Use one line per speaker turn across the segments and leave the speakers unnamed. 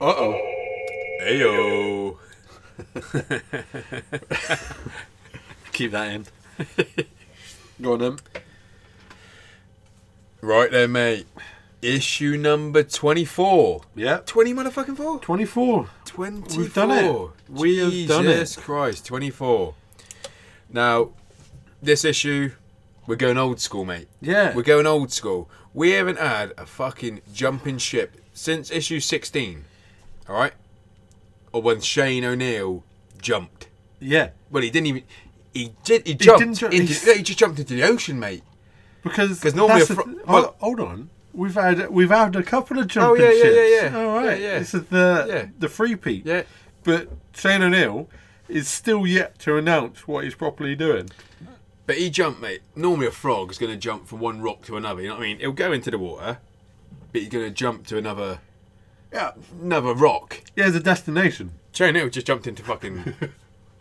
Uh oh.
Ayo.
Keep that in.
Go on then.
Right there, mate. Issue number 24.
Yeah.
20 motherfucking 4?
24.
24.
We've done it. We have done it.
Jesus Christ, 24. Now, this issue, we're going old school, mate.
Yeah.
We're going old school. We haven't had a fucking jumping ship since issue 16. All right? Or when Shane O'Neill jumped.
yeah.
Well, he didn't even. He did. He jumped.
didn't ju-
into,
he's-
he just jumped into the ocean, mate.
Because
'Cause normally
that's
a
the
fro-
th-
well-
hold, hold on. We've had we've had a couple of
Oh,
jumping
yeah, yeah,
ships.
yeah, yeah.
All right.
Yeah, yeah.
This is the
Yeah.
the free peak.
Yeah.
But Shane O'Neill is still yet to announce what he's properly doing.
But he jumped, mate. Normally, a frog is going to jump from one rock to another. You know what I mean? He'll go into the water, but he's going to jump to another, yeah, another rock.
He has a destination.
Shane Hill just jumped into fucking,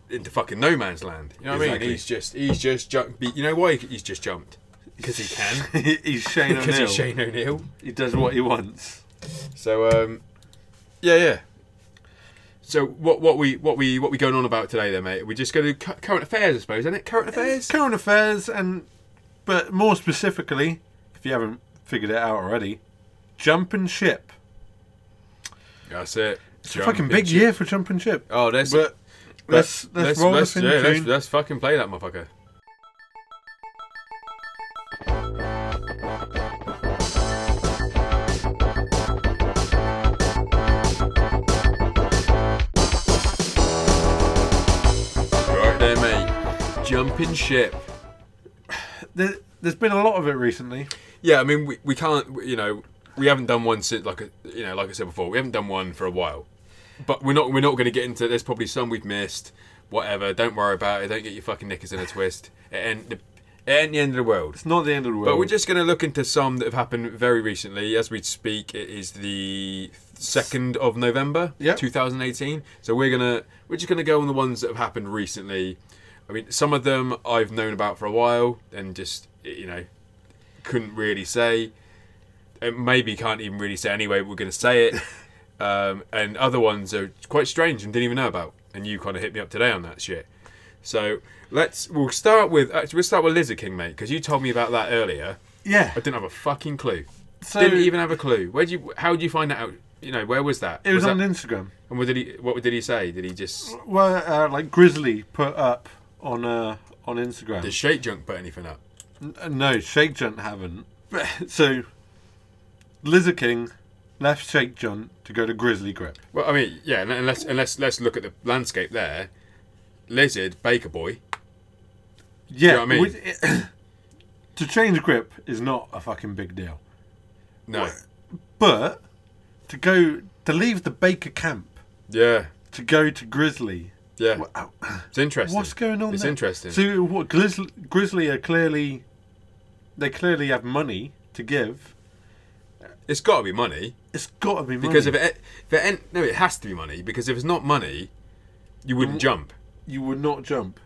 into fucking no man's land. You know what I
Exactly.
mean? He's just, he's just jumped. You know why he- he's just jumped? Because he can.
he's Shane
Because
O'Neill.
he's Shane O'Neill.
He does what he wants.
So, um, yeah, yeah. So what what we what we what we going on about today, then, mate? We're just going to cu- current affairs, I suppose, isn't it? Current affairs.
Current affairs and but more specifically, if you haven't figured it out already, jumping ship.
That's it.
It's a fucking big year for jumping ship.
Oh, there's
But let's let's, roll this in
yeah, let's,
tune.
let's fucking play that motherfucker. Right there, mate. Jumping ship.
There, there's been a lot of it recently.
Yeah, I mean, we, we can't, we- you know, we haven't done one since, like, a, you know, like I said before, we haven't done one for a while. But we're not, we're not going to get into. There's probably some we've missed. Whatever. Don't worry about it. Don't get your fucking knickers in a twist. It ain't the, it ain't the end of the world.
It's not the end of the world.
But we're just going to look into some that have happened very recently. As we speak, it is the second of November,
Yeah.
2018. So we're gonna, we're just going to go on the ones that have happened recently. I mean, some of them I've known about for a while and just, you know, couldn't really say. And maybe can't even really say anyway. We're going to say it. um, and other ones are quite strange and didn't even know about. And you kind of hit me up today on that shit. So let's. We'll start with. Actually, we'll start with Lizard King, mate, because you told me about that earlier.
yeah.
I didn't have a fucking clue.
So
didn't even have a clue. Where would you? How did you find that out? You know, where was that?
it was,
that,
on Instagram.
And what did he? What did he say? Did he just?
Well, uh, like Grizzly put up on uh, on Instagram.
Did Shake Junk put anything up?
N- uh, no, Shake Junt haven't. so Lizard King left Shake Junt to go to Grizzly Grip.
Well, I mean, yeah, and let's and let's let's look at the landscape there. Lizard, Baker Boy.
Yeah,
know what I mean?
which- to change grip is not a fucking big deal,
No.
but to go to leave the Baker camp
Yeah.
to go to Grizzly.
Yeah.
Wow.
Uh, oh, It's interesting.
What's going on?
It's
there?
interesting.
So what? Grizzly, Grizzly are clearly they clearly have money to give.
it's got to be money
It's got to be money
because if it, if it ain't- no, it has to be money because if it's not money, you
Mm.
wouldn't jump
you would not jump,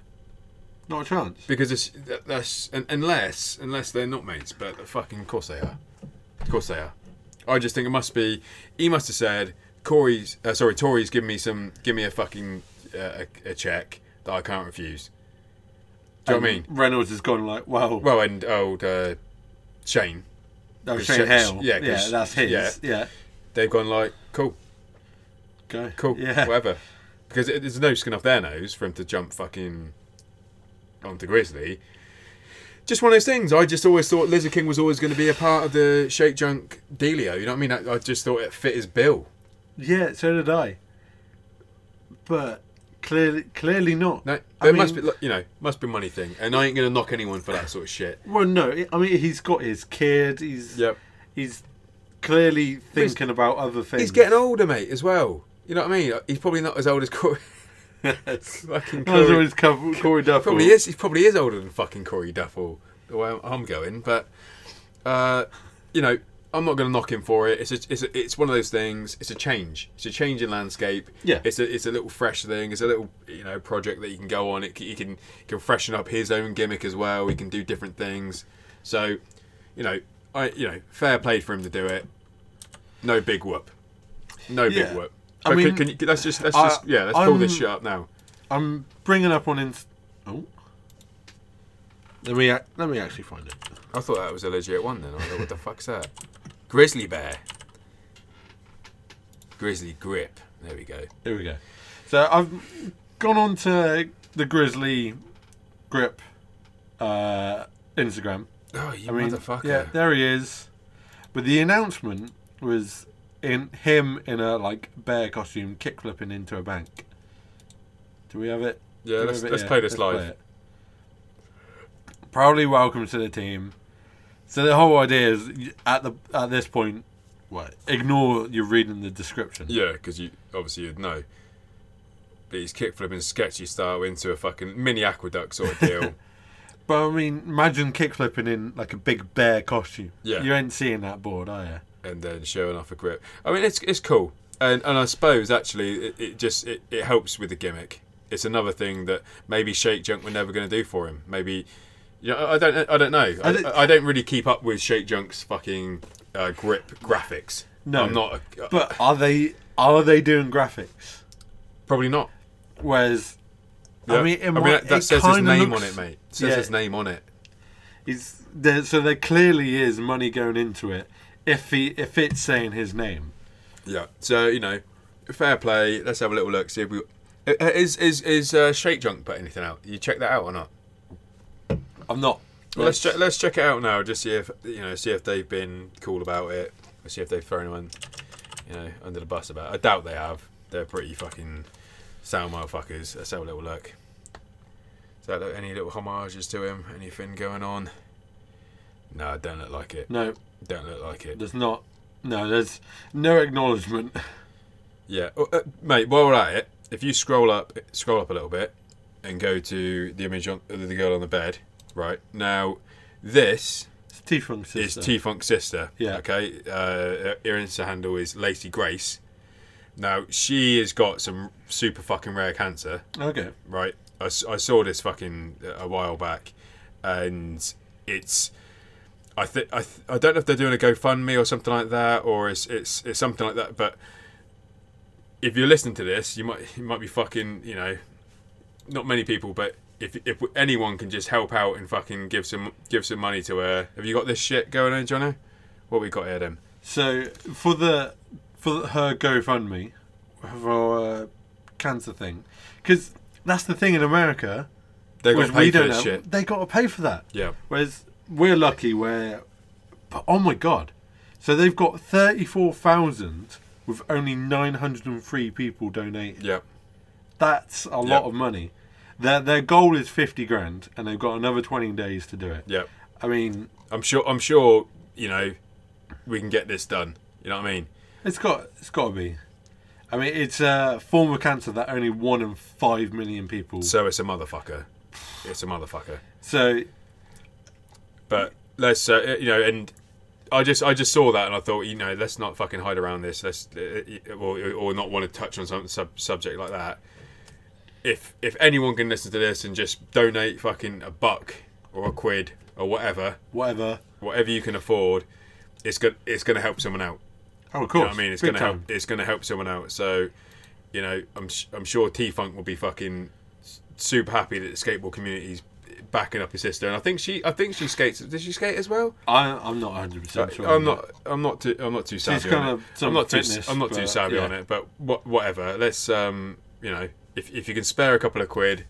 not a chance.
because it's that- that's un- unless unless they're not mates, but of fucking course they are. Of course they are. I just think it must be. He must have said, "Corey's uh, sorry, Tory's give me some, give me a fucking uh, a, a check that I can't refuse." Do you
Um,
know what I mean?
Reynolds has gone like, well,
Well, and old uh, Shane,
that was
'cause
Shane
Shane-
Hale.
yeah,
Yeah,
'cause-
that's his.
yeah.
Yeah,
they've gone like, "Cool,
Go.
cool,
Yeah,
whatever. Because it, there's no skin off their nose for him to jump fucking onto Grizzly. Just one of those things. I just always thought Lizard King was always going to be a part of the Shake Junk dealio. You know what I mean? I, I just thought it fit his bill.
yeah. So did I. But clearly, clearly not.
No,
I
there must be,
mean-
look, you know, must be a money thing. And I ain't going to knock anyone for that sort of shit.
Well, no. I mean, he's got his kid. He's
Yep.
he's clearly thinking about other things.
He's getting older, mate, as well. You know what I mean? He's probably not as old as Corey. fucking
That's
Corey.
always Cor- Corey Duffel.
Probably is. He probably is older than fucking Corey Duffel, the way I'm- I'm going. But uh, you know, I'm not going to knock him for it. It's a, it's a, it's one of those things. It's a change. It's a change in landscape.
Yeah.
It's a it's a little fresh thing. It's a little you know project that he can go on. It c- he can he can freshen up his own gimmick as well. He can do different things. So, you know, I you know fair play for him to do it. No big whoop. No big
Yeah.
whoop.
I
But
mean,
can, can you, let's just let's
I-
just yeah, let's pull this
I'm-
shit up now.
I'm bringing up on Inst. Oh, let me ac- let me actually find it.
I thought that was a legit one. Then I was like, what the fuck's that? Grizzly bear. Grizzly grip. There we go.
Here we go. So I've gone on to the Grizzly Grip uh, Instagram.
Oh, you
I mean,
motherfucker.
yeah, there he is. But the announcement was in him in a like bear costume, kickflipping into a bank. Do we have it?
Yeah,
Do we
let's-
have it
let's
here?
play this live.
it. Proudly welcome to the team. So the whole idea is y- at the at this point, what? Ignore you reading the description.
Yeah, because you obviously you'd know. But he's kickflipping sketchy style into a fucking mini aqueduct sort of deal.
But I mean, imagine kickflipping in like a big bear costume.
Yeah.
You ain't seeing that board, are you?
and then showing off a grip. I mean, it's it's cool, and and I suppose actually it, it just it, it helps with the gimmick. It's another thing that maybe Shake Junk were never going to do for him. Maybe, you know, I don't I don't know. I,
I thi-
I don't really keep up with Shake Junk's fucking uh, grip graphics.
No.
I'm not. A,
But are they are they doing graphics?
probably not.
Whereas,
Yeah.
I mean, it, might,
that, that
it
says his
kinda
name
looks-
on it, mate. It says
yeah.
his name on it.
It's, there, so there clearly is money going into it if he if it's saying his name.
Yeah. So you know, fair play. Let's have a little look. See if we Uh, uh, is is is uh, Shake Junk put anything out? You check that out or not?
I'm not.
Well, let's check let's check it out now. Just see if you know, see if they've been cool about it. Or see if they've thrown anyone, you know, under the bus about. it. I doubt they have. They're pretty fucking sound motherfuckers. Let's have a little look. Is that look- any little homages to him? Anything going on? No, don't look like it.
No,
Don't look like it.
there's not. No, there's no acknowledgement.
Yeah, Oh, uh, mate. While we're at it, if you scroll up, scroll up a little bit, and go to the image on of the girl on the bed. Right now, this
It's T Funk's sister.
is T Funk's sister.
Yeah.
Okay. Uh, her Insta handle is Lacey Grace. Now she has got some super fucking rare cancer.
okay.
Right. I, s- I saw this fucking uh, a while back, and it's. I think I, th- I don't know if they're doing a GoFundMe or something like that, or it's it's, it's something like that. But if you're listening to this, you might you might be fucking you know, not many people, but if if anyone can just help out and fucking give some give some money to her, have you got this shit going on, Johnny? What we got here then?
So for the for the- her GoFundMe for uh, cancer thing, because that's the thing in America.
They got
whereas
to pay
we
for
don't
this
have-
shit.
They got to pay for that.
Yeah,
Whereas we're lucky where, but oh my god, so they've got thirty four thousand with only nine hundred and three people donating.
yeah,
That's a lot of money. Their their goal is fifty grand, and they've got another twenty days to do it.
yeah.
I mean,
I'm sure. I'm sure. You know, we can get this done. You know what I mean?
it's got it's got to be. I mean, it's a form of cancer that only one in five million people. So,
So it's a motherfucker. It's a motherfucker.
so
But let's, uh, you know, and I just, I just saw that and I thought, you know, let's not fucking hide around this. Let's, uh, or, or not want to touch on some sub- subject like that. If if anyone can listen to this and just donate fucking a buck or a quid or whatever,
whatever.
whatever you can afford, it's good. It's going to help someone out.
Oh, of
You
course.
know what I mean, it's
big
going to help.
time.
It's going to help someone out. So, you know, I'm s- I'm sure T Funk will be fucking s- super happy that the skateboard community's backing up his sister, and I think she I think she skates. Does she skate as well?
I, I'm not 100 percent sure.
Uh, I'm
on
not. I'm not too. I'm not too savvy
kind
on
of
it.
some
I'm not
fitness,
too. I'm not too
but,
savvy
yeah.
on it. But wha- whatever. Let's. Um. You know, if if you can spare a couple of quid,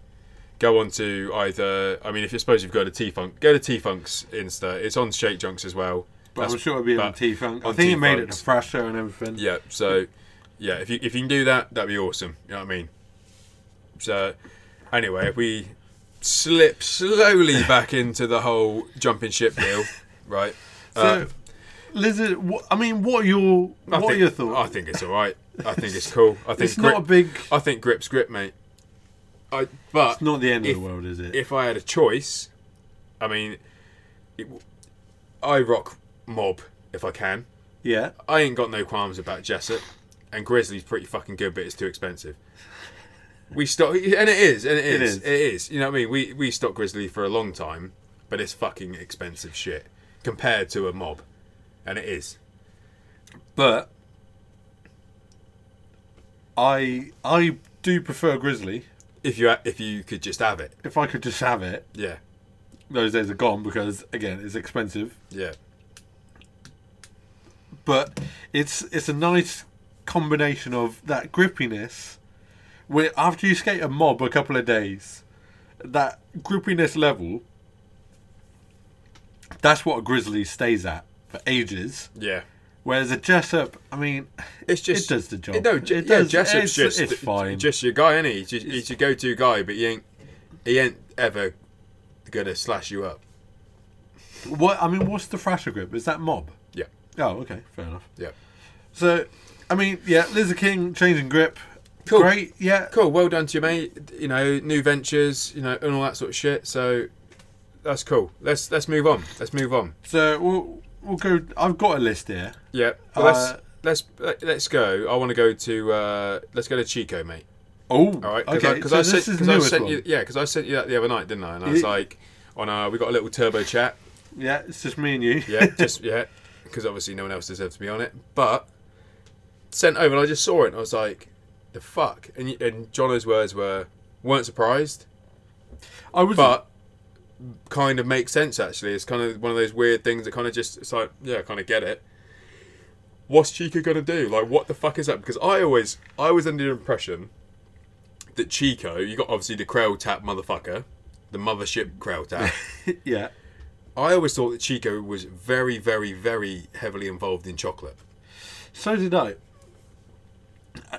go on to either. I mean, if you suppose you've got a T Funk, go to T Funk's Insta. It's on Shake Junks as well.
that. But I'm
That's-
sure it'll be on
but-
T Funk. I
on
think it made it
T-Funk's.
to Fresh Show and everything.
Yeah, so yeah, if you if you can do that, that'd be awesome. You know what I mean? So anyway, if we slip slowly back into the whole jumping ship deal, right?
So, Lizard, wh- I mean, what are your
Uh, I
what are
think-
your thoughts?
I think it's all right. I think it's cool. I think
it's not a big.
I think grip's grip, mate. I but
It's not the end
if-
of the world, is it?
if I had a choice, I mean, it, I rock mob if I can.
yeah.
I ain't got no qualms about Jessup, and Grizzly's pretty fucking good, but it's too expensive. We stopped, and it is, and it
is.
is, it is. You know what I mean? We we stopped Grizzly for a long time, but it's fucking expensive shit compared to a mob, and it is.
But I I do prefer Grizzly.
If you if you could just have it,
If I could just have it,
yeah,
those days are gone because again, it's expensive.
yeah,
But it's it's a nice combination of that grippiness. Where after you skate a mob a couple of days, that grippiness level. That's what a Grizzly stays at for ages.
yeah.
Whereas a Jessup, I mean,
It's just
does the job.
No, j-
It
yeah,
does-
Jessup's
it's-
just
it's fine.
Just your guy, is He's, just, he's your go-to guy, but he ain't he ain't ever gonna slash you up.
what I mean, what's the Thrasher grip? Is that mob?
Yeah,
Oh, okay, fair enough.
yeah.
So, I mean, yeah, Lizard King changing grip,
Cool.
great. Yeah,
Cool. Well done to you, mate. You know, new ventures. You know, and all that sort of shit. So that's cool. Let's let's move on. Let's move on.
So we'll we'll go. I've got a list here.
Yeah. Well,
Uh,
let's let's let's go. I want to go to uh, let's go to Chico, mate.
Oh,
All right.
okay.
Because
so
I,
this
sent,
is
'cause I
newest
sent
one.
you. Yeah. Because I sent you that the other night, didn't I? And I was
Yeah.
like, on uh, we got a little turbo chat.
Yeah, it's just me and you.
Yeah. Just yeah. Because obviously no one else deserves to be on it. But sent over, and I just saw it, and I was like, the fuck. And y- and Jono's words were weren't surprised.
I was.
but kind of makes sense actually. It's kind of one of those weird things that kind of just it's like yeah, I kind of get it. What's Chica gonna do? Like, what the fuck is that? Because I always I was under the impression that Chico, you got obviously the Krell tap motherfucker, the mothership Krell tap.
yeah,
I always thought that Chico was very, very, very heavily involved in chocolate.
so did I.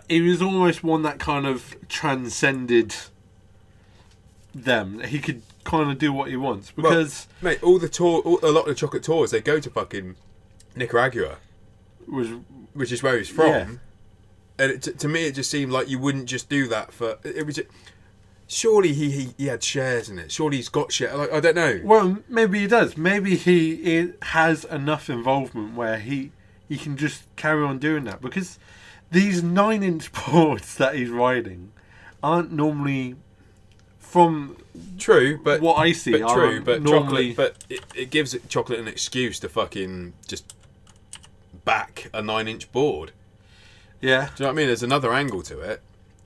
He was almost one that kind of transcended them. He could kind of do what he wants
Well,
because
mate, all the tour, all, a lot of the chocolate tours, they go to fucking Nicaragua.
was
which is where he's from.
Yeah.
And it, to, to me, it just seemed like you wouldn't just do that for. It, it was. ju- surely he, he he had shares in it. Surely he's got share. Like I don't know.
well, maybe he does. Maybe he i has enough involvement where he he can just carry on doing that because these nine-inch boards that he's riding aren't normally from
True, but
what I see
but
are
true, but
normally
chocolate. But it, it gives it chocolate an excuse to fucking just back a nine-inch board.
yeah.
Do you know what I mean? There's another angle to it.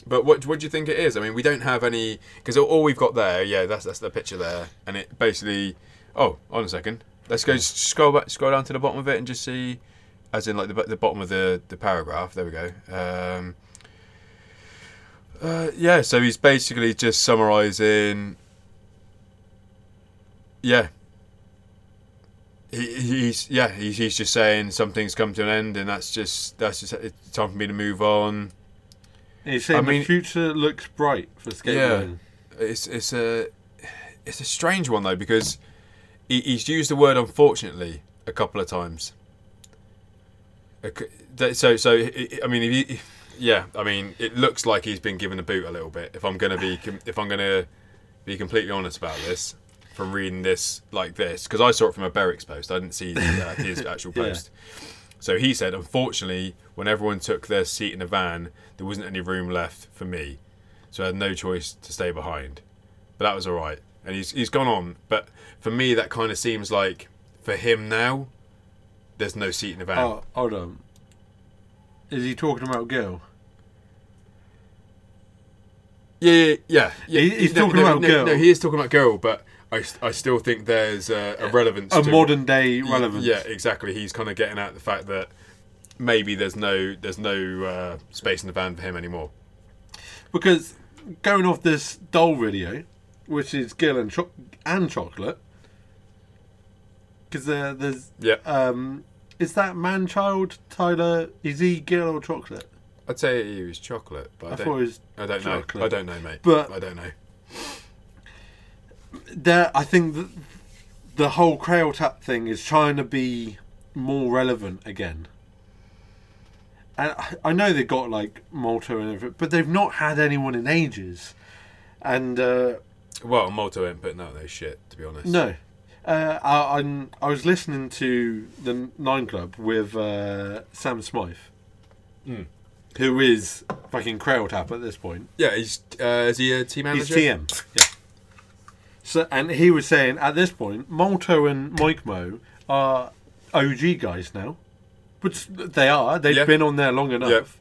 But what what do you think it is? I mean, we don't have any because all, all we've got there, yeah, that's that's the picture there, and it basically. Oh, on a second. Let's go s- scroll back, scroll down to the bottom of it, and just see, as in like the, bo- the bottom of the the paragraph. There we go. Um, uh, yeah, so he's basically just summarising. Yeah. He, he's yeah he's, he's just saying something's come to an end and that's just that's just it's time for me to move on.
And he's saying
I mean-
the future looks bright for skateboarding.
It's it's a it's a strange one though because he, he's used the word unfortunately a couple of times. Okay, that- So so I- I mean if you, yeah I mean it looks like he's been given a boot a little bit. If I'm gonna be com- if I'm gonna be completely honest about this from reading this like this because I saw it from a Berwick's post. I didn't see uh, his actual
Yeah.
post. So he said, unfortunately, when everyone took their seat in the van, there wasn't any room left for me, so I had no choice to stay behind. But that was all right, and he's he's gone on. But for me, that kind of seems like for him now, there's no seat in the van.
Oh, hold on. Is he talking about Gil?
Yeah, yeah, yeah. yeah.
He- he's talking
no,
about
no,
girl.
No, he is talking about girl, but I, I still think there's a, a relevance.
A
to-
modern day relevance.
Yeah, exactly. He's kind of getting at the fact that maybe there's no there's no uh, space in the van for him anymore.
Because going off this doll video, which is Gil and, cho- and chocolate, because there, there's.
Yeah,
um Is that man child Tyler? Is he Gil or chocolate?
I'd say he was chocolate, but I,
I
don't,
thought it was.
I don't know.
chocolate.
I don't know, mate.
But-
I don't know.
there I think the, the whole Crail Tap thing is trying to be more relevant again. And I- I know they got like Malta and everything, but they've not had anyone in ages. And uh,
Well, Malta ain't putting out no shit, to be honest.
no, uh, I, I'm, I was listening to the Nine Club with uh, Sam Smythe,
Mm.
who is fucking Crail Tap at this point.
Yeah, he's uh, is he a team manager?
He's TM. Yeah. So and he was saying at this point, Molto and Mike Mo are OG guys now, which they are. They've
Yeah.
been on there long enough.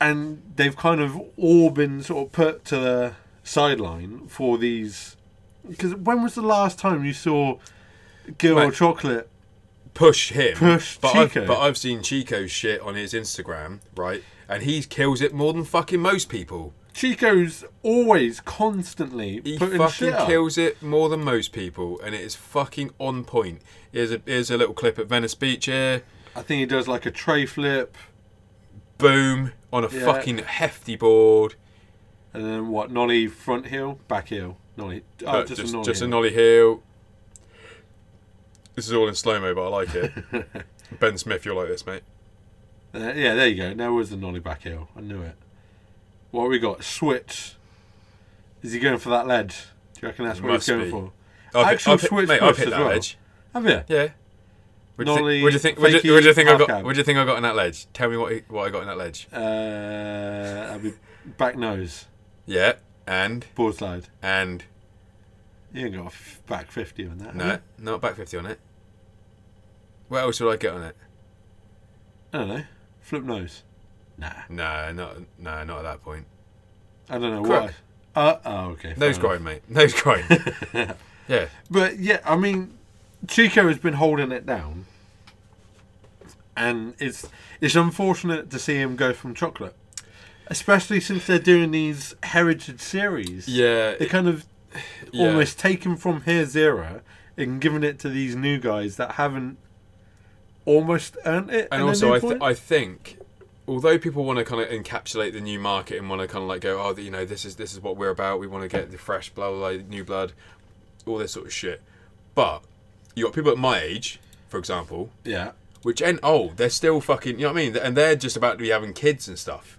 and they've kind of all been sort of put to the sideline for these. Because when was the last time you saw Girl
Mate.
Chocolate?
push him.
Push
but
Chico.
I've, but I've seen Chico's shit on his Instagram, right? And he kills it more than fucking most people.
Chico's always constantly
He
putting
fucking
shit up.
kills it more than most people, and it is fucking on point. Here's a here's a little clip at Venice Beach here.
I think he does like a tray flip
Boom on a
Yeah.
fucking hefty board.
and then what? Nolly front heel, back heel, nolly. Oh,
Uh,
just,
just,
a nolly.
just a
heel.
nolly heel. This is all in slow mo, but I like it. ben Smith, you're like this, mate.
Uh, yeah, there you go. Now was the nollie back heel. I knew it. What have we got? Switch. Is he going for that ledge? Do you reckon that's what
Must
he's going
be.
for?
I've hit-
Actual
I've hit-
switch
mate, I've
push
hit
as
that
well.
ledge.
Have you?
Yeah. What do you
Nolly,
think? What do you think? What do you,
fakie,
what do you think I
half
got?
cab.
What do you think I got in that ledge? Tell me what he- what I got in that ledge.
Uh, that'd be back nose,
Yeah, and
board slide.
and
You ain't got a f- back 50 on that. have
no,
you?
not back fifty on it. What else would I get on it?
I don't know. Flip nose. Nah.
No, not no, not at that point.
I don't know
Crook.
why. Uh, oh, okay. fair
Nose
enough.
grind, mate. Nose grind. yeah,
But yeah, I mean, Chico has been holding it down, and it's it's unfortunate to see him go from chocolate, especially since they're doing these heritage series.
yeah.
they're kind of
Yeah.
almost taken from his era and giving it to these new guys that haven't almost earned it.
and
in a
also
new
I, th-
point.
I think although people want to kind of encapsulate the new market and want to kind of like go oh you know this is this is what we're about we want to get the fresh blah blah blah new blood all this sort of shit but you got people at my age for example
yeah,
which and oh they're still fucking you know what I mean and they're just about to be having kids and stuff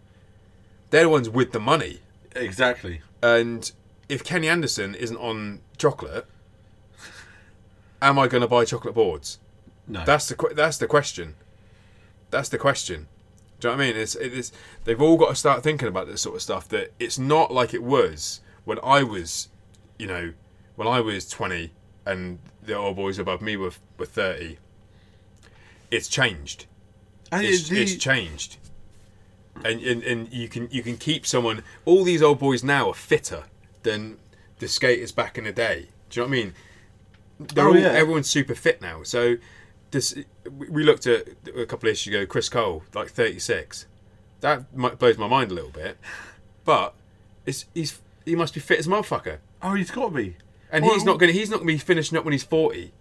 they're the ones with the money
exactly.
and if Kenny Anderson isn't on chocolate am I going to buy chocolate boards
No,
that's the que- that's the question. That's the question. Do you know what I mean? It's it's they've all got to start thinking about this sort of stuff. That it's not like it was when I was, you know, when I was twenty and the old boys above me were were thirty. It's changed.
And
It's,
the-
it's changed. And, and and you can you can keep someone. All these old boys now are fitter than the skaters back in the day. Do you know what I mean? They're
Oh,
all,
yeah.
Everyone's super fit now. So this we we looked at a couple of issues ago. Chris Cole, like thirty six. That mi- blows my mind a little bit, but it's he's he must be fit as a motherfucker,
oh, he's got to be.
and
Well-
he's not gonna he's not gonna be finishing up when he's forty.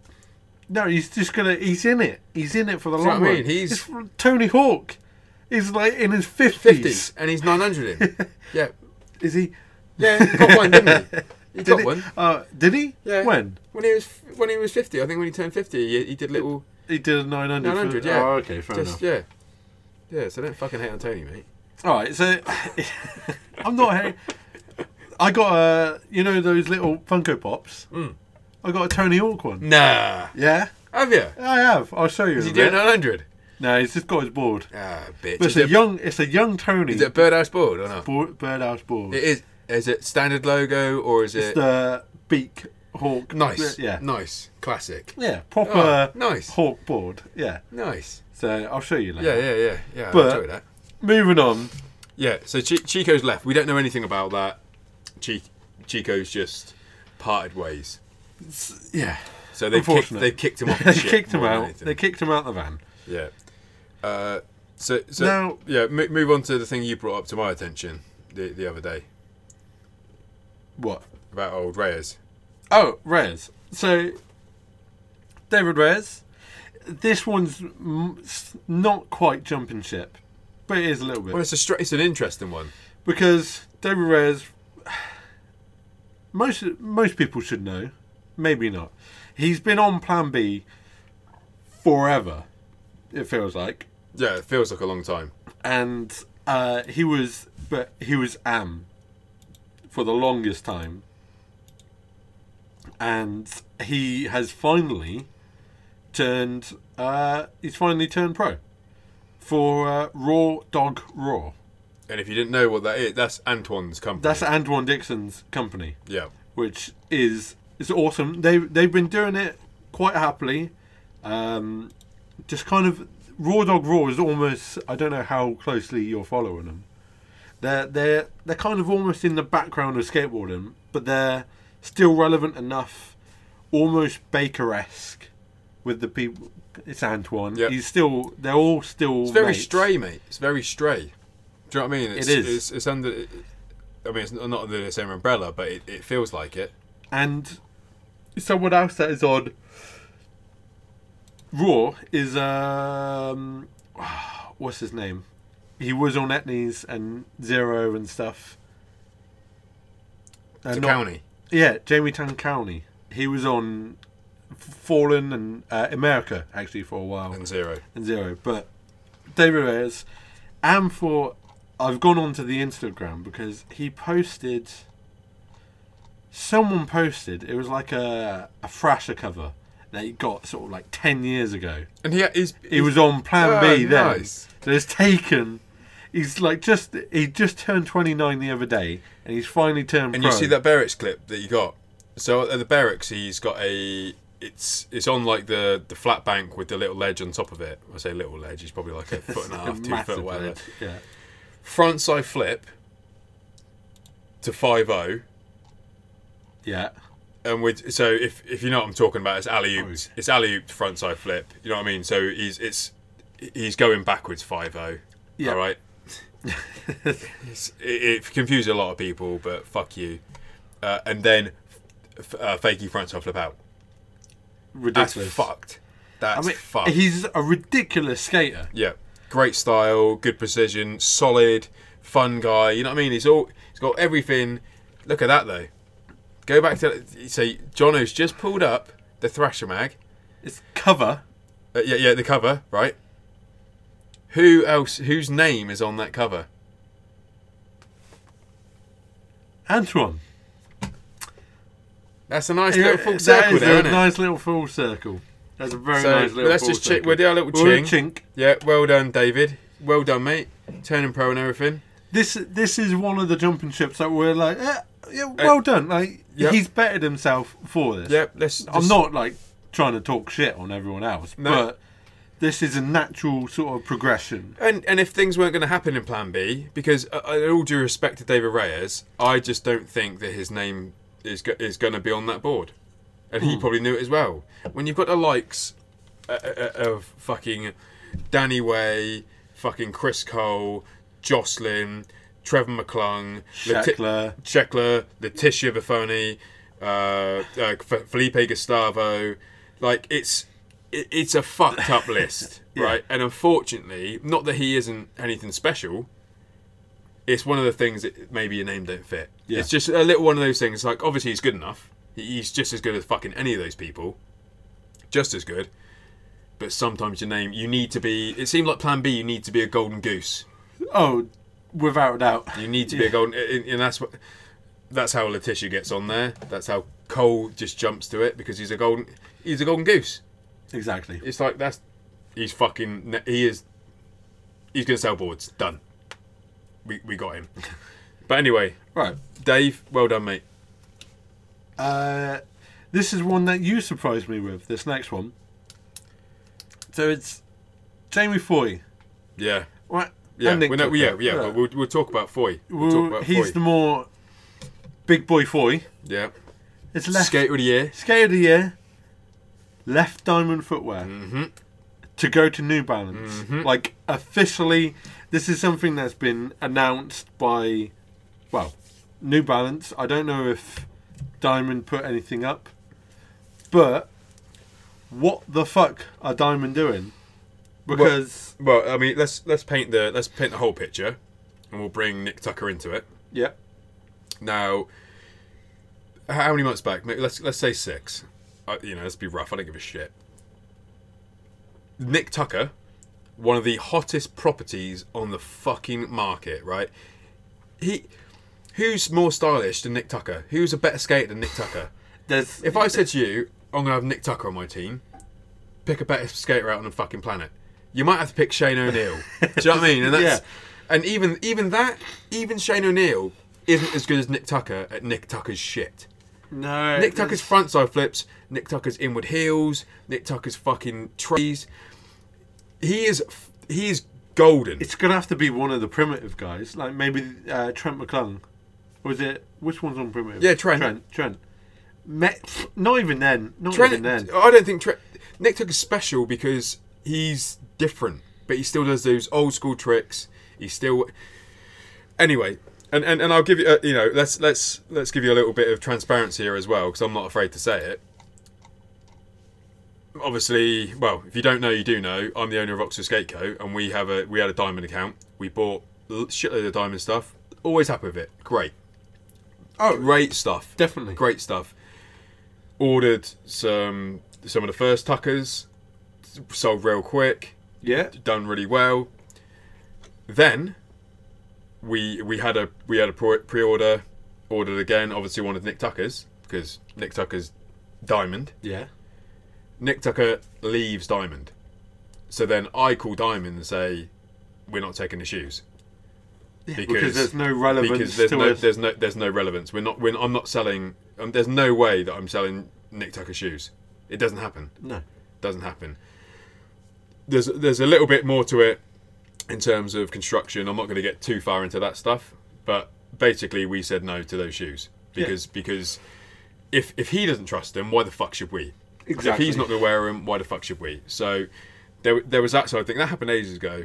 No, he's just gonna. He's in it. He's in it for the
you know
long
what I
run.
mean? He's-
It's for- Tony Hawk. He's like in his
Fifty,
fifties.
and he's nine hundred. in. yeah,
Is he?
yeah, he got one, didn't he? He
Did
got
he,
one.
Uh, did he?
Yeah.
When
When he was when he was fifty, I think when he turned fifty, he, he did little
he did a nine hundred.
nine hundred. Yeah.
Oh, okay. Fair
Just,
enough.
Yeah. Yeah. So don't fucking hate on Tony, mate.
All right. So I'm not. ha- I got a. You know those little Funko Pops.
Hmm.
I got a Tony Hawk one.
Nah.
Yeah.
Have you?
I have. I'll show you.
Is
in
he
a
doing
bit.
nine hundred?
No, he's just got his board.
Ah, bitch.
But it's
Is
a
it,
young. It's a young Tony.
is it birdhouse board or not?
board, birdhouse board?
It is. Is it standard logo or is
It's
it
the beak hawk.
uh, nice?
Yeah.
Nice. Classic.
Yeah, proper
Oh, nice.
hawk board. Yeah.
Nice.
So I'll show you later.
Yeah. Yeah. Yeah. Yeah.
But-
I enjoy that.
Moving on.
Yeah. So Chi Chico's left. We don't know anything about that. Chi Chico's just parted ways.
Yeah.
So they kicked,
Unfortunate.
they kicked him off. The
They
ship
kicked him
more than
out.
anything.
They kicked him out the van.
Yeah. Uh, so so
Now-
yeah, mo- move on to the thing you brought up to my attention the the other day
What?
about old Reyes.
Oh, Reyes. So David Reyes. This one's m- s- not quite jumping ship, but it is a little bit
Well, it's a stra- it's an interesting one.
because David Reyes. Most most people should know, maybe not. He's been on Plan B forever. It feels like.
Yeah, it feels like a long time.
and uh, he was but he was am for the longest time and he has finally turned uh, he's finally turned pro for uh, raw dog raw
And if you didn't know what that is, that's Antoine's company.
that's antoine dixon's company
yeah.
which is is awesome. They they've been doing it quite happily. Um, just kind of raw dog raw is almost. I don't know how closely you're following them, They're they're they're kind of almost in the background of skateboarding, but they're still relevant enough, almost Baker esque, with the people. It's Antoine.
Yeah.
He's still. They're all still.
It's very
mates.
stray, mate. It's very stray. Do you know what I mean? It's,
is.
It's, it's under. it- I mean, it's not not under the same umbrella, but it, it feels like it.
And someone else that is on Raw is um, what's his name? He was on Etnies and Zero and stuff.
It's
Uh,
a
not-
county.
Yeah, Jamie Tan County. He was on F- Fallen and uh, America actually for a while
and zero.
and zero. But David Reyes, and for I've gone onto the Instagram because he posted. Someone posted it was like a a Thrasher cover that he got sort of like ten years ago.
And he he's,
He was on Plan
Oh,
B then.
nice.
So it's taken. He's like just he just turned twenty nine the other day, and he's finally turned.
And
pro.
you see that barracks clip that you got. So at the barracks, he's got a. It's it's on like the the flat bank with the little ledge on top of it. I say little ledge. He's probably like a foot and a half, two
Massive
foot, whatever.
edge, Yeah.
Front side flip to five zero.
Yeah.
And with so if if you know what I'm talking about, it's alley
Oh,
oops. It's alley oop front side flip. You know what I mean? So he's it's he's going backwards five zero.
Yeah.
All right. it's, it, it confused a lot of people, but fuck you. Uh, and then f- uh, fakey front side flip out. That's
Ridiculous.
fucked. That's
I mean,
fucked.
he's a ridiculous skater.
yeah. Great style, good precision, solid, fun guy. You know what I mean? He's all he's got everything. Look at that though. Go back to so Jono's just pulled up the Thrasher mag.
It's cover.
Uh, yeah, yeah, the cover, right? Who else? Whose name is on that cover?
Antoine.
That's a nice little full
That
circle
is
there,
a
isn't it?
nice little full circle. That's a very
So,
nice little
let's
full
just
circle.
chink- we'll do our little
We'll do a
chink.
chink.
Yeah, well done, David. Well done, mate. Turning pro and everything.
This this is one of the jumping ships that we're like, eh, yeah, well done. Like
yep.
he's bettered himself for this.
Yep, let's.
I'm
just-
not like trying to talk shit on everyone else,
No.
but this is a natural sort of progression.
And and if things weren't going to happen in Plan B, because uh, in all due respect to David Reyes, I just don't think that his name is go- is going to be on that board, and he probably knew it as well. When you've got the likes uh, uh, uh, of fucking Danny Way, fucking Chris Cole, Jocelyn, Trevor McClung, Leti-
Shackler.
Shekler, Letitia Buffoni, uh, uh, F- Felipe Gustavo. Like it's it, it's a fucked up list, right? And unfortunately, not that he isn't anything special. It's one of the things that maybe your name don't fit.
Yeah.
It's just a little one of those things. Like obviously he's good enough. He- He's just as good as fucking any of those people, just as good. But sometimes your name, you need to be. It seemed like Plan B. You need to be a golden goose.
Oh, without a doubt.
You need to be a golden, and, and that's what. That's how Letitia gets on there. That's how Cole just jumps to it because he's a golden. He's a golden goose.
Exactly.
It's like that's. He's fucking. ne- He is. He's gonna sell boards. Done. We we got him. But anyway,
Right.
Dave, well done, mate.
Uh, this is one that you surprised me with. This next one. So it's Jamie Foy.
Yeah.
Right.
Yeah,
and Nick
we know, yeah,
Tucker.
yeah, But we'll, we'll talk about Foy. We'll, talk
Well,
about
he's
Foy.
the more big boy Foy.
yeah.
It's left skate,
Skate of the year.
of the year. Left diamond footwear
Mm-hmm.
to go to New Balance. Like officially, this is something that's been announced by, well, New Balance. I don't know if Diamond put anything up, but what the fuck are Diamond doing? Because
Well, I mean, let's let's paint the let's paint the whole picture, and we'll bring Nick Tucker into it.
yeah,
Now, how many months back? Maybe let's let's say six. I, you know, let's be rough. I don't give a shit. Nick Tucker, one of the hottest properties on the fucking market, right? He, who's more stylish than Nick Tucker? Who's a better skater than Nick Tucker?
there's
If I said to you, I'm gonna have Nick Tucker on my team, pick a better skater out on the fucking planet. You might have to pick Shane O'Neill. Do you know what I mean? And that's and even even that, even Shane O'Neill isn't as good as Nick Tucker at Nick Tucker's shit.
no
Nick Tucker's front side flips, Nick Tucker's inward heels, Nick Tucker's fucking trees. He is he is golden.
It's gonna have to be one of the primitive guys, like maybe uh, Trent McClung, or is it which one's on primitive?
Yeah, Trent.
Trent. Trent. Me- pff, not even then. Not even
Trent,
then.
I don't think Trent, Nick Tuck is special because he's different, but he still does those old school tricks. He still, anyway, and, and, and I'll give you, a, you know, let's let's let's give you a little bit of transparency here as well because I'm not afraid to say it. Obviously, well, if you don't know, you do know. I'm the owner of Oxford Scapegoat, and we have a we had a diamond account. We bought a shitload of diamond stuff. Always happy with it. Great.
Oh.
great stuff.
Definitely.
great stuff ordered some some of the first tuckers, sold real quick,
Yeah.
done really well. Then we we had a we had a pre- pre-order ordered again. Obviously wanted Nick Tucker's because Nick Tucker's diamond.
Yeah.
Nick Tucker leaves diamond, so then I call diamond and say we're not taking the shoes
Because, there's no relevance
because there's
to
no
us.
there's no there's no relevance. We're not we're, I'm not selling. Um, there's no way that I'm selling Nick Tucker shoes. It doesn't happen.
No.
Doesn't happen. There's there's a little bit more to it in terms of construction. I'm not going to get too far into that stuff, but basically we said no to those shoes because because if if he doesn't trust them, why the fuck should we?
Exactly.
If he's not going to wear them, why the fuck should we? So there there was that sort of thing that happened ages ago,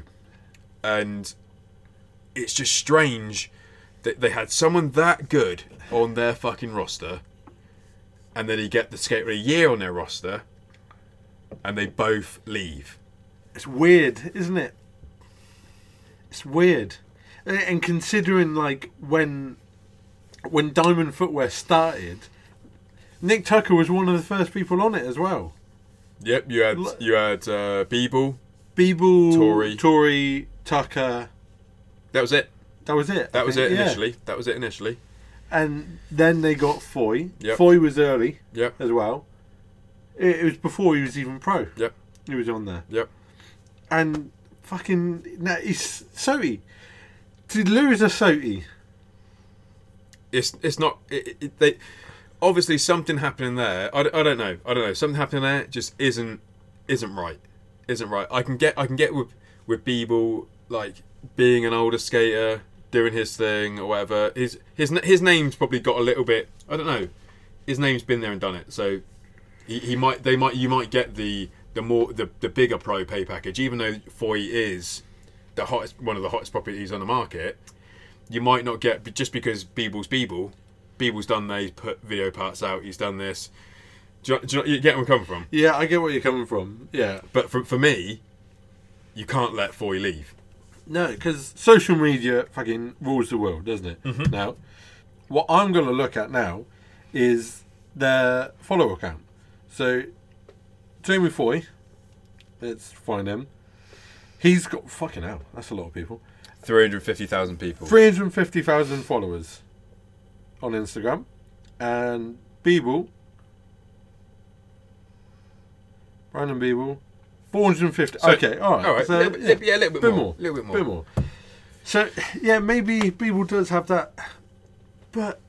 and it's just strange that they had someone that good on their fucking roster, and then he get the skater of the year on their roster, and they both leave.
It's weird, isn't it? It's weird, and and considering like when when Diamond Footwear started, Nick Tucker was one of the first people on it as well.
Yep, you had
L-
you had uh, Beeble.
Beeble,
Torrey.
Tory, Tucker.
That was it.
That was it. I
That was
think,
it
yeah.
initially. That was it initially.
and then they got Foy.
Yep.
Foy was early
Yep.
as well. It, it was before he was even pro.
Yep.
He was on there,
Yep.
and fucking now he's Soti. Did lose a Soti?
it's it's not it, it, they obviously something happening there I, d- I don't know i don't know something happening there just isn't isn't right isn't right i can get i can get with with Beeble, like being an older skater doing his thing or whatever his his n- his name's probably got a little bit i don't know his name's been there and done it so he, he might they might you might get the the more the, the bigger pro pay package even though foy is the hottest one of the hottest properties on the market you might not get but just because Beeble's Beeble. Beeble's done that. He's put video parts out. He's done this. Do you, do you, you get where I'm coming from?
Yeah, I get where you're coming from. Yeah,
But for, for me, you can't let Foy leave.
no, because social media fucking rules the world, doesn't it? Now, what I'm going to look at now is their follower count. So, Jamie Foy, let's find him. He's got fucking hell. That's a lot of people.
350,000 people.
350,000 followers on Instagram. And Beeble, Brandon Beeble, 450.
So-
okay, all right.
All right.
So,
little bit- yeah. a little bit,
bit
more.
more.
A little bit more.
Bit more. So, yeah, maybe Beeble does have that. But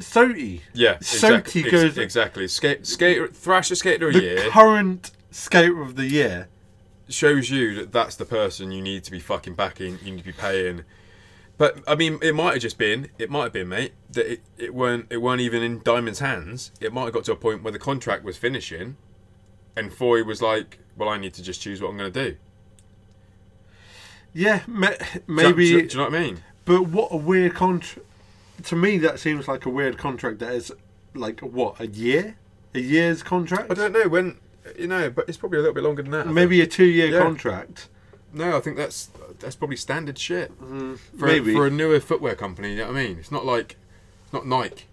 Soti,
Yeah.
Soti
Exactly. ex-
goes-
exactly. Skate, skater, Thrasher Skater a
the
Year
current skater of the year.
shows you that that's the person you need to be fucking backing. You need to be paying. But I mean, it might have just been, it might have been, mate, that it, it weren't it weren't even in Diamond's hands. It might have got to a point where the contract was finishing, and Foy was like, "Well, I need to just choose what I'm going to do."
Yeah, ma-
Do you-
maybe.
do, you- do you know what I mean?
But what a weird contract. To me, that seems like a weird contract. That is like what a year, a year's contract.
I don't know when, you know, but it's probably a little bit longer than that. I
Maybe a two-year
Yeah.
contract.
think. no, I think that's that's probably standard shit for
maybe
A, for a newer footwear company. You know what I mean? It's not like, it's not Nike.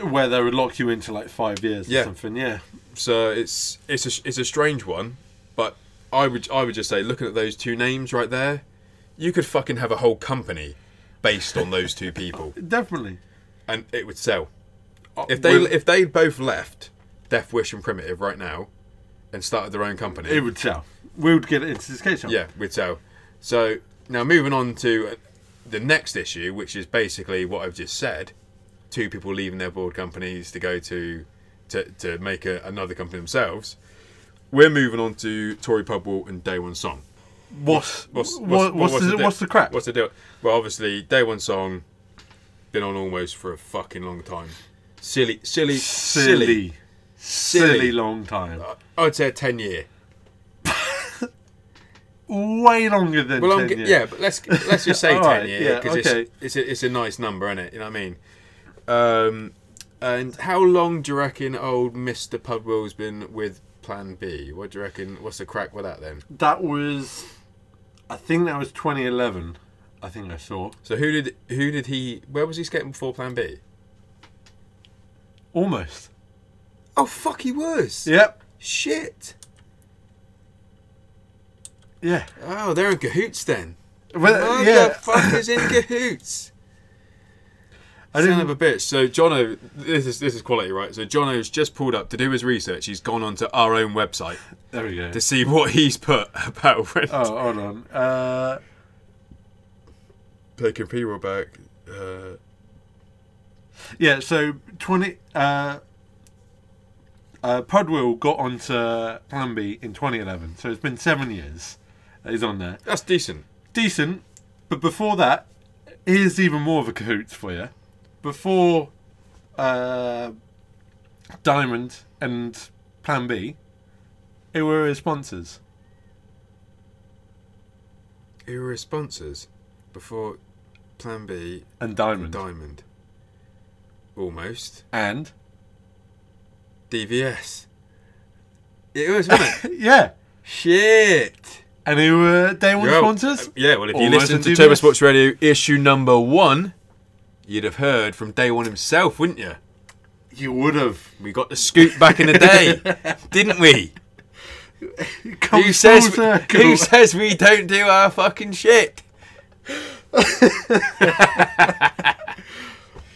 where they would lock you into like five years
Yeah.
or something. Yeah,
So it's it's a it's a strange one, but I would I would just say looking at those two names right there, you could fucking have a whole company based on those two people,
definitely. Uh,
and it would sell. If they
With-
if they both left Death Wish and Primitive right now, and started their own company,
it would sell. We would get it into this case.
yeah, we'd sell. So now moving on to uh, the next issue, which is basically what I've just said: two people leaving their board companies to go to to, to make a, another company themselves. We're moving on to Tory Pubwell and Day One Song.
What's
What's,
what's
what's,
what's, the,
deal?
what's the crack?
What's the deal? Well, obviously, day one song been on almost for a fucking long time. Silly, silly, silly.
silly, silly,
Silly. Uh,
long time.
I'd say a ten year.
Way longer than
Well,
10
I'm, ge-
years.
yeah, but let's let's just say
All
ten
right,
year
yeah,
because
okay.
it's it's a, it's a nice number, isn't it? You know what I mean? Um, and how long do you reckon old Mister Pudwell's been with Plan B? What do you reckon? What's the crack with that then?
That was, I think that was 2011. I think I saw
So who did who did he? Where was he skating before Plan B?
almost.
Oh fuck, he was.
Yep.
Shit.
Yeah.
Oh, they're in cahoots then.
Well, yeah.
Motherfuckers in cahoots.
I
Son
didn't.
of a bitch. So Jono, this is this is quality, right? So Jono's just pulled up to do his research. He's gone onto our own website
There we go.
to see what he's put about when
Oh, hold on. Uh,
taking people back. Uh,
yeah. So 20. Uh, uh, Pudwill got onto Plan B in 2011, so it's been seven years that he's on there.
that's decent.
decent, but before that, here's even more of a cahoots for you. Before uh, Diamond and Plan B, it were his sponsors.
Who were his sponsors before Plan B
And
and
Diamond.
Diamond? Almost
and?
DVS. It was wasn't it?
Yeah.
shit.
And who were day one
Yo,
sponsors?
uh, yeah, well, if you
Almost
listen to
and
Turbo
dubious.
Sports Radio issue number one, you'd have heard from Day One himself, wouldn't you?
You would have.
We got the scoop back in the day, didn't we?
Come
Who says,
full circle.
who says we don't do our fucking shit?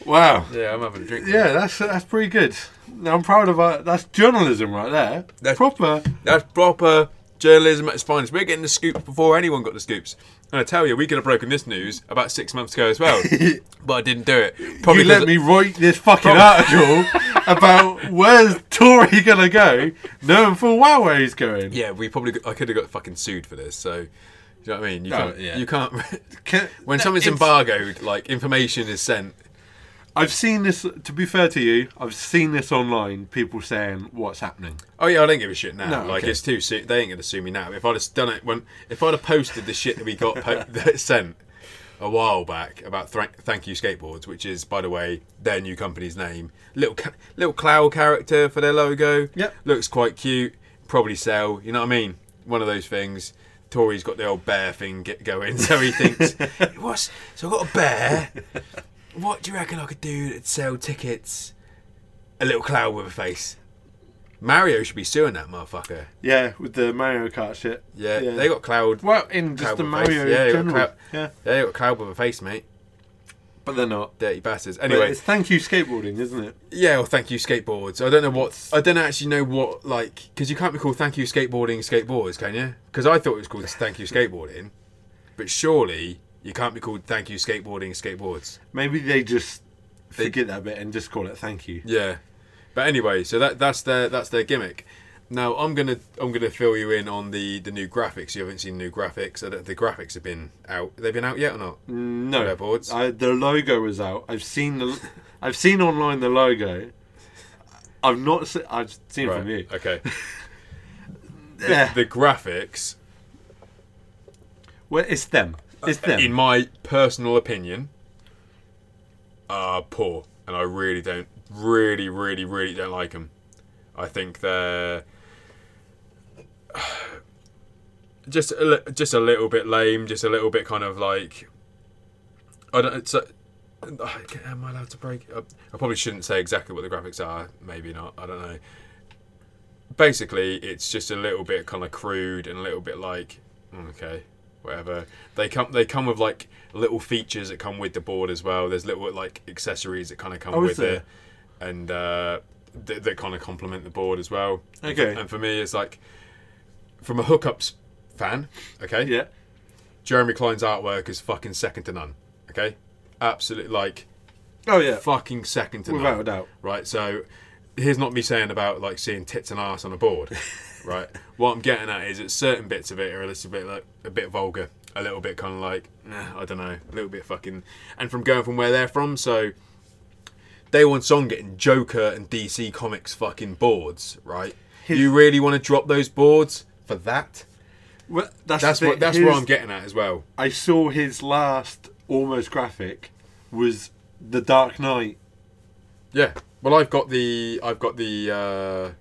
Wow.
Yeah, I'm having a drink.
Yeah, that's that's pretty good. I'm proud of our, that's journalism right there.
That's-
Proper.
That's proper journalism at its finest. We're getting the scoops before anyone got the scoops. And I tell you, we could have broken this news about six months ago as well, but I didn't do it. Probably
you let
'cause-
me write this fucking article about where's Tory gonna go, knowing full well where he's going.
Yeah, we probably. Got, I could have got fucking sued for this. So, do you know what I mean? You
No,
can't.
yeah.
You can't.
Can-
when
No,
something's
it's-
embargoed, like information is sent.
I've seen this. To be fair to you, I've seen this online. People saying what's happening.
Oh yeah, I don't give a shit now.
No,
like
okay.
it's too soon. They ain't gonna sue me now. If I'd have done it when, if I'd have posted the shit that we got po- that sent a while back about thank Thank You Skateboards, which is by the way their new company's name. Little ca- little cloud character for their logo.
Yep.
looks quite cute. Probably sell. You know what I mean? One of those things. Tory's got the old bear thing get going, so he thinks, "What's so? I have got a bear. What do you reckon I could do that'd sell tickets? A little cloud with a face." Mario should be suing that motherfucker.
Yeah, with the Mario Kart shit.
Yeah, they got Cloud.
well in just
Cloud
the
with a face.
Mario
Yeah, they got
general.
Cloud-
Yeah,
They got Cloud with a face, mate.
but they're not.
Dirty bastards.
Anyway,
Anyway,
it's thank you skateboarding, isn't it?
yeah. Well, thank you skateboards. I don't know what. I don't actually know what like because you can't be called thank you skateboarding skateboards, can you? Because I thought it was called thank you skateboarding, but surely you can't be called thank you skateboarding skateboards.
Maybe they just forget that bit and just call it thank you.
Yeah. But anyway, so that that's their that's their gimmick. Now I'm gonna I'm gonna fill you in on the the new graphics. You haven't seen new graphics. I don't, the graphics have been out. They've been out yet or not?
No,
Their boards.
I, the logo is out. I've seen the, I've seen online the logo. I've not. Se- I've seen it
Right,
from you.
Okay.
Yeah.
the graphics,
well, it's them. It's them.
in my personal opinion, are poor, and I really don't, really, really, really don't like them. I think they're just a, li- just a little bit lame, just a little bit kind of like I don't. It's a, am I allowed to break? I, I probably shouldn't say exactly what the graphics are. Maybe not. I don't know. Basically, it's just a little bit kind of crude and a little bit like "Mm, okay, whatever. They come they come with like little features that come with the board as well. There's little like accessories that kind of come
Oh, is
with it, and uh, th- that kind of complement the board as well.
Okay.
And for me, it's like from a hookups fan. Okay.
yeah.
Jeremy Klein's artwork is fucking second to none. Okay, absolutely like
Oh yeah.
fucking second to
Without
none.
a doubt.
Right, so here's not me saying about like seeing tits and ass on a board. right? What I'm getting at is that certain bits of it are a little bit like a bit vulgar, a little bit kind of like nah, I don't know, a little bit fucking, and from going from where they're from, so Day One Song getting Joker and DC Comics fucking boards, right?
His-
you really want to drop those boards for that?
Well, that's
That's
the thing.
what that's
His-
what I'm getting at as well.
I saw his last almost graphic was the Dark Knight.
Yeah. Well, I've got the I've got the uh,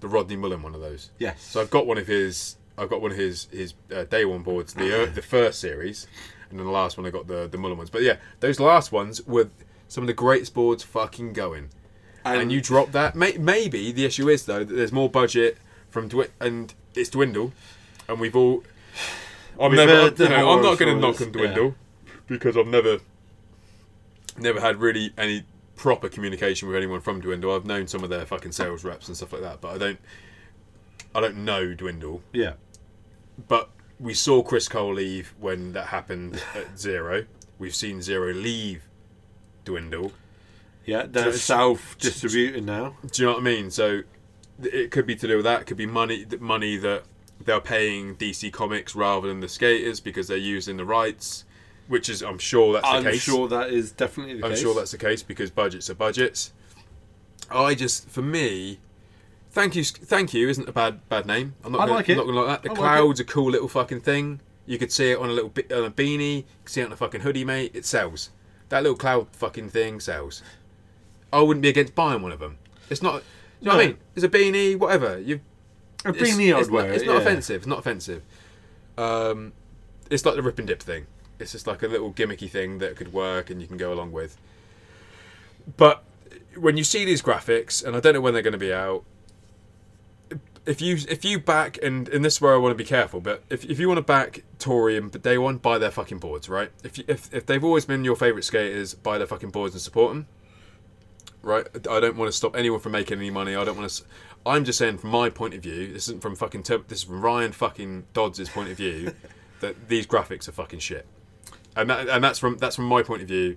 the Rodney Mullen one of those.
Yes.
So I've got one of his. I've got one of his his uh, day one boards, the uh, the first series, and then the last one I got the the Mullen ones. But yeah, those last ones were some of the greatest boards fucking going. And, you drop that. May, maybe the issue is though that there's more budget from dwi- and it's dwindled, and we've all. I've
We've
never.
heard the
you know, I'm
horror
not going to knock
stories,
and dwindle because I've never, never had really any proper communication with anyone from Dwindle. I've known some of their fucking sales reps and stuff like that, but I don't. I don't know Dwindle,
yeah.
but we saw Chris Cole leave when that happened at Zero. We've seen Zero leave Dwindle.
Yeah, they're
it's-
self distributing now.
Do you know what I mean? So th- it could be to do with that. It could be money th- money that they're paying DC Comics rather than the skaters because they're using the rights, which is I'm sure that's
I'm
the case.
sure that is definitely the
I'm
case.
sure that's the case because budgets are budgets. I just for me. Thank you, thank you. Isn't a bad bad name. I'm
I
not. gonna,
like
I'm
it.
not gonna like that. The
I like it.
clouds a cool little fucking thing. You could see it on a little bit on a beanie. You could see it on a fucking hoodie, mate. It sells. That little cloud fucking thing sells. I wouldn't be against buying one of them. It's not. Do you know what I
No.
mean? It's a beanie, whatever. You
a
it's-
beanie
it's
I'd wear.
Not,
it,
it's not
yeah.
offensive. It's not offensive. Um, it's like the rip and dip thing. It's just like a little gimmicky thing that could work and you can go along with. But when you see these graphics, and I don't know when they're going to be out, if you if you back and and this is where I want to be careful, but if, if you want to back Tory and Day One, buy their fucking boards, right? If you, if if they've always been your favorite skaters, buy their fucking boards and support them, right? I don't want to stop anyone from making any money. I don't want to. s- I'm just saying from my point of view. This isn't from fucking. Tur- This is from Ryan fucking Dodds' point of view. that these graphics are fucking shit, and that, and that's from that's from my point of view.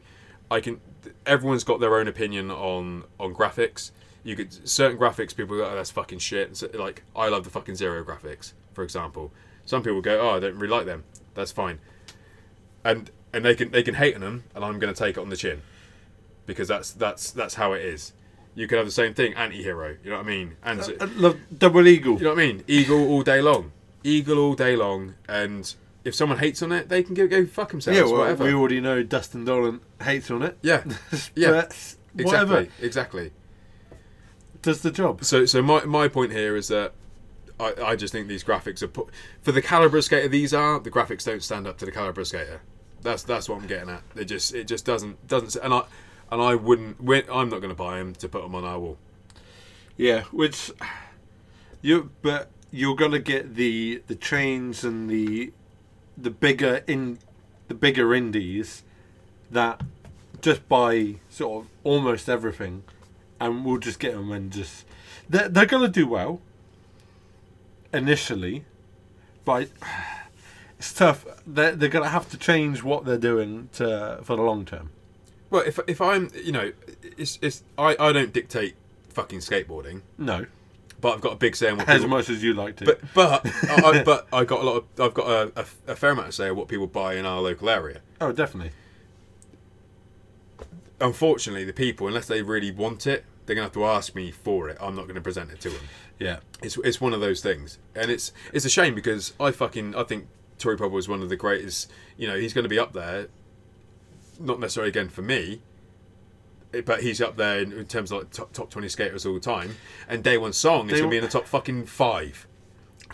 I can. Everyone's got their own opinion on on graphics. You could certain graphics people go, oh, that's fucking shit. And so, like I love the fucking zero graphics, for example. Some people go, oh, I don't really like them. That's fine, and and they can they can hate on them, and I'm going to take it on the chin because that's that's that's how it is. You could have the same thing, anti-hero. You know what I mean? And
Uh, look, double eagle.
you know what I mean? Eagle all day long, eagle all day long. And if someone hates on it, they can go, go fuck themselves.
yeah, well,
whatever.
we already know Dustin Dolan hates on it.
yeah, Yeah.
But
exactly,
whatever
exactly.
does the job.
So so my my point here is that. I, I just think these graphics are put for the caliber of skater these are the graphics don't stand up to the caliber of skater that's that's what I'm getting at they just it just doesn't doesn't and I and I wouldn't we I'm not going to buy them to put them on our wall
Yeah, which you but you're gonna get the the chains and the the bigger in the bigger indies that just buy sort of almost everything, and we'll just get them and just they're they're gonna do well initially, but it's tough. They're they're gonna have to change what they're doing to for the long term.
Well, if if I'm, you know, it's it's I, I don't dictate fucking skateboarding,
No,
but I've got a big say on what
as
people.
much as you like to.
but but I, I- but I got a lot of I've got a, a, a fair amount to say of what people buy in our local area.
oh, definitely.
Unfortunately, the people, unless they really want it, they're gonna have to ask me for it. I'm not gonna present it to them.
Yeah.
It's it's one of those things, and it's it's a shame because I fucking I think Tory Pub was one of the greatest. You know, he's going to be up there. Not necessarily again for me, eh, but he's up there in, in terms of like top, top twenty skaters all the time. And Day One Song is
Day
going to be
One-
in the top fucking five.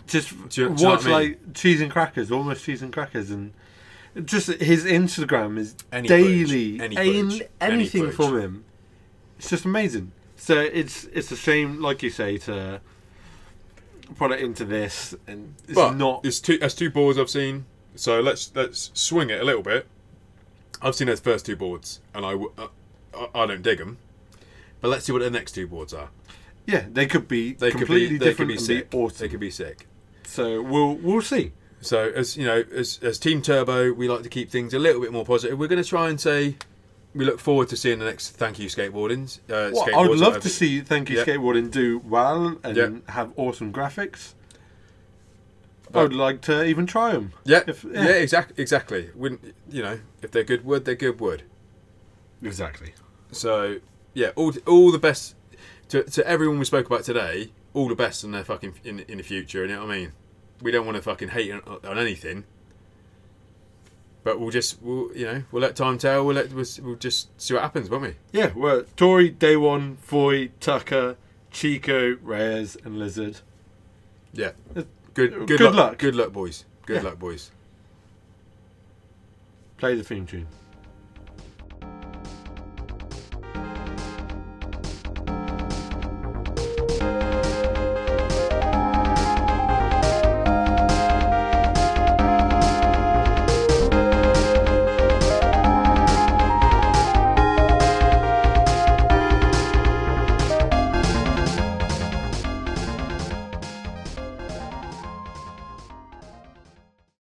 just
Do you- do you know
watch
what I mean?
like cheese and crackers, almost cheese and crackers, and just his Instagram is
Any
daily
footage, any
ain-
footage, any
anything
footage.
from him. It's just amazing. So it's it's a shame, like you say, to put it into this, and it's
but
not.
It's two. That's two boards I've seen. So let's let's swing it a little bit. I've seen those first two boards, and I w- uh, I, I don't dig them. But let's see what the next two boards are.
yeah, they could be
They
completely
could be they could
different
be
and
sick.
be awesome.
They could be sick.
so we'll we'll see.
So as you know, as, as Team Turbo, we like to keep things a little bit more positive. We're going to try and say we look forward to seeing the next thank you skateboardings. Uh,
Well, I
skateboards,
would love
whatever.
to see Thank You
Yeah.
Skateboarding do well and
Yeah.
have awesome graphics. I
But-
would like to even try them.
Yeah,
if-
yeah,
yeah.
exactly, exactly. Wouldn't you know? If they're good word, they're good word.
Exactly.
So yeah, all all the best to to everyone we spoke about today. All the best in their fucking in in the future. You know what I mean? We don't want to fucking hate on, on anything, but we'll just we'll you know we'll let time tell. We'll let we'll, s- we'll just see what happens, won't we?
Yeah, we're Tory, Day One, Foy, Tucker, Chico, Reyes, and Lizard.
Yeah.
Uh,
Good good,
good
luck,
luck.
Good luck, boys.
Yeah.
Good luck, boys.
Play the theme tune.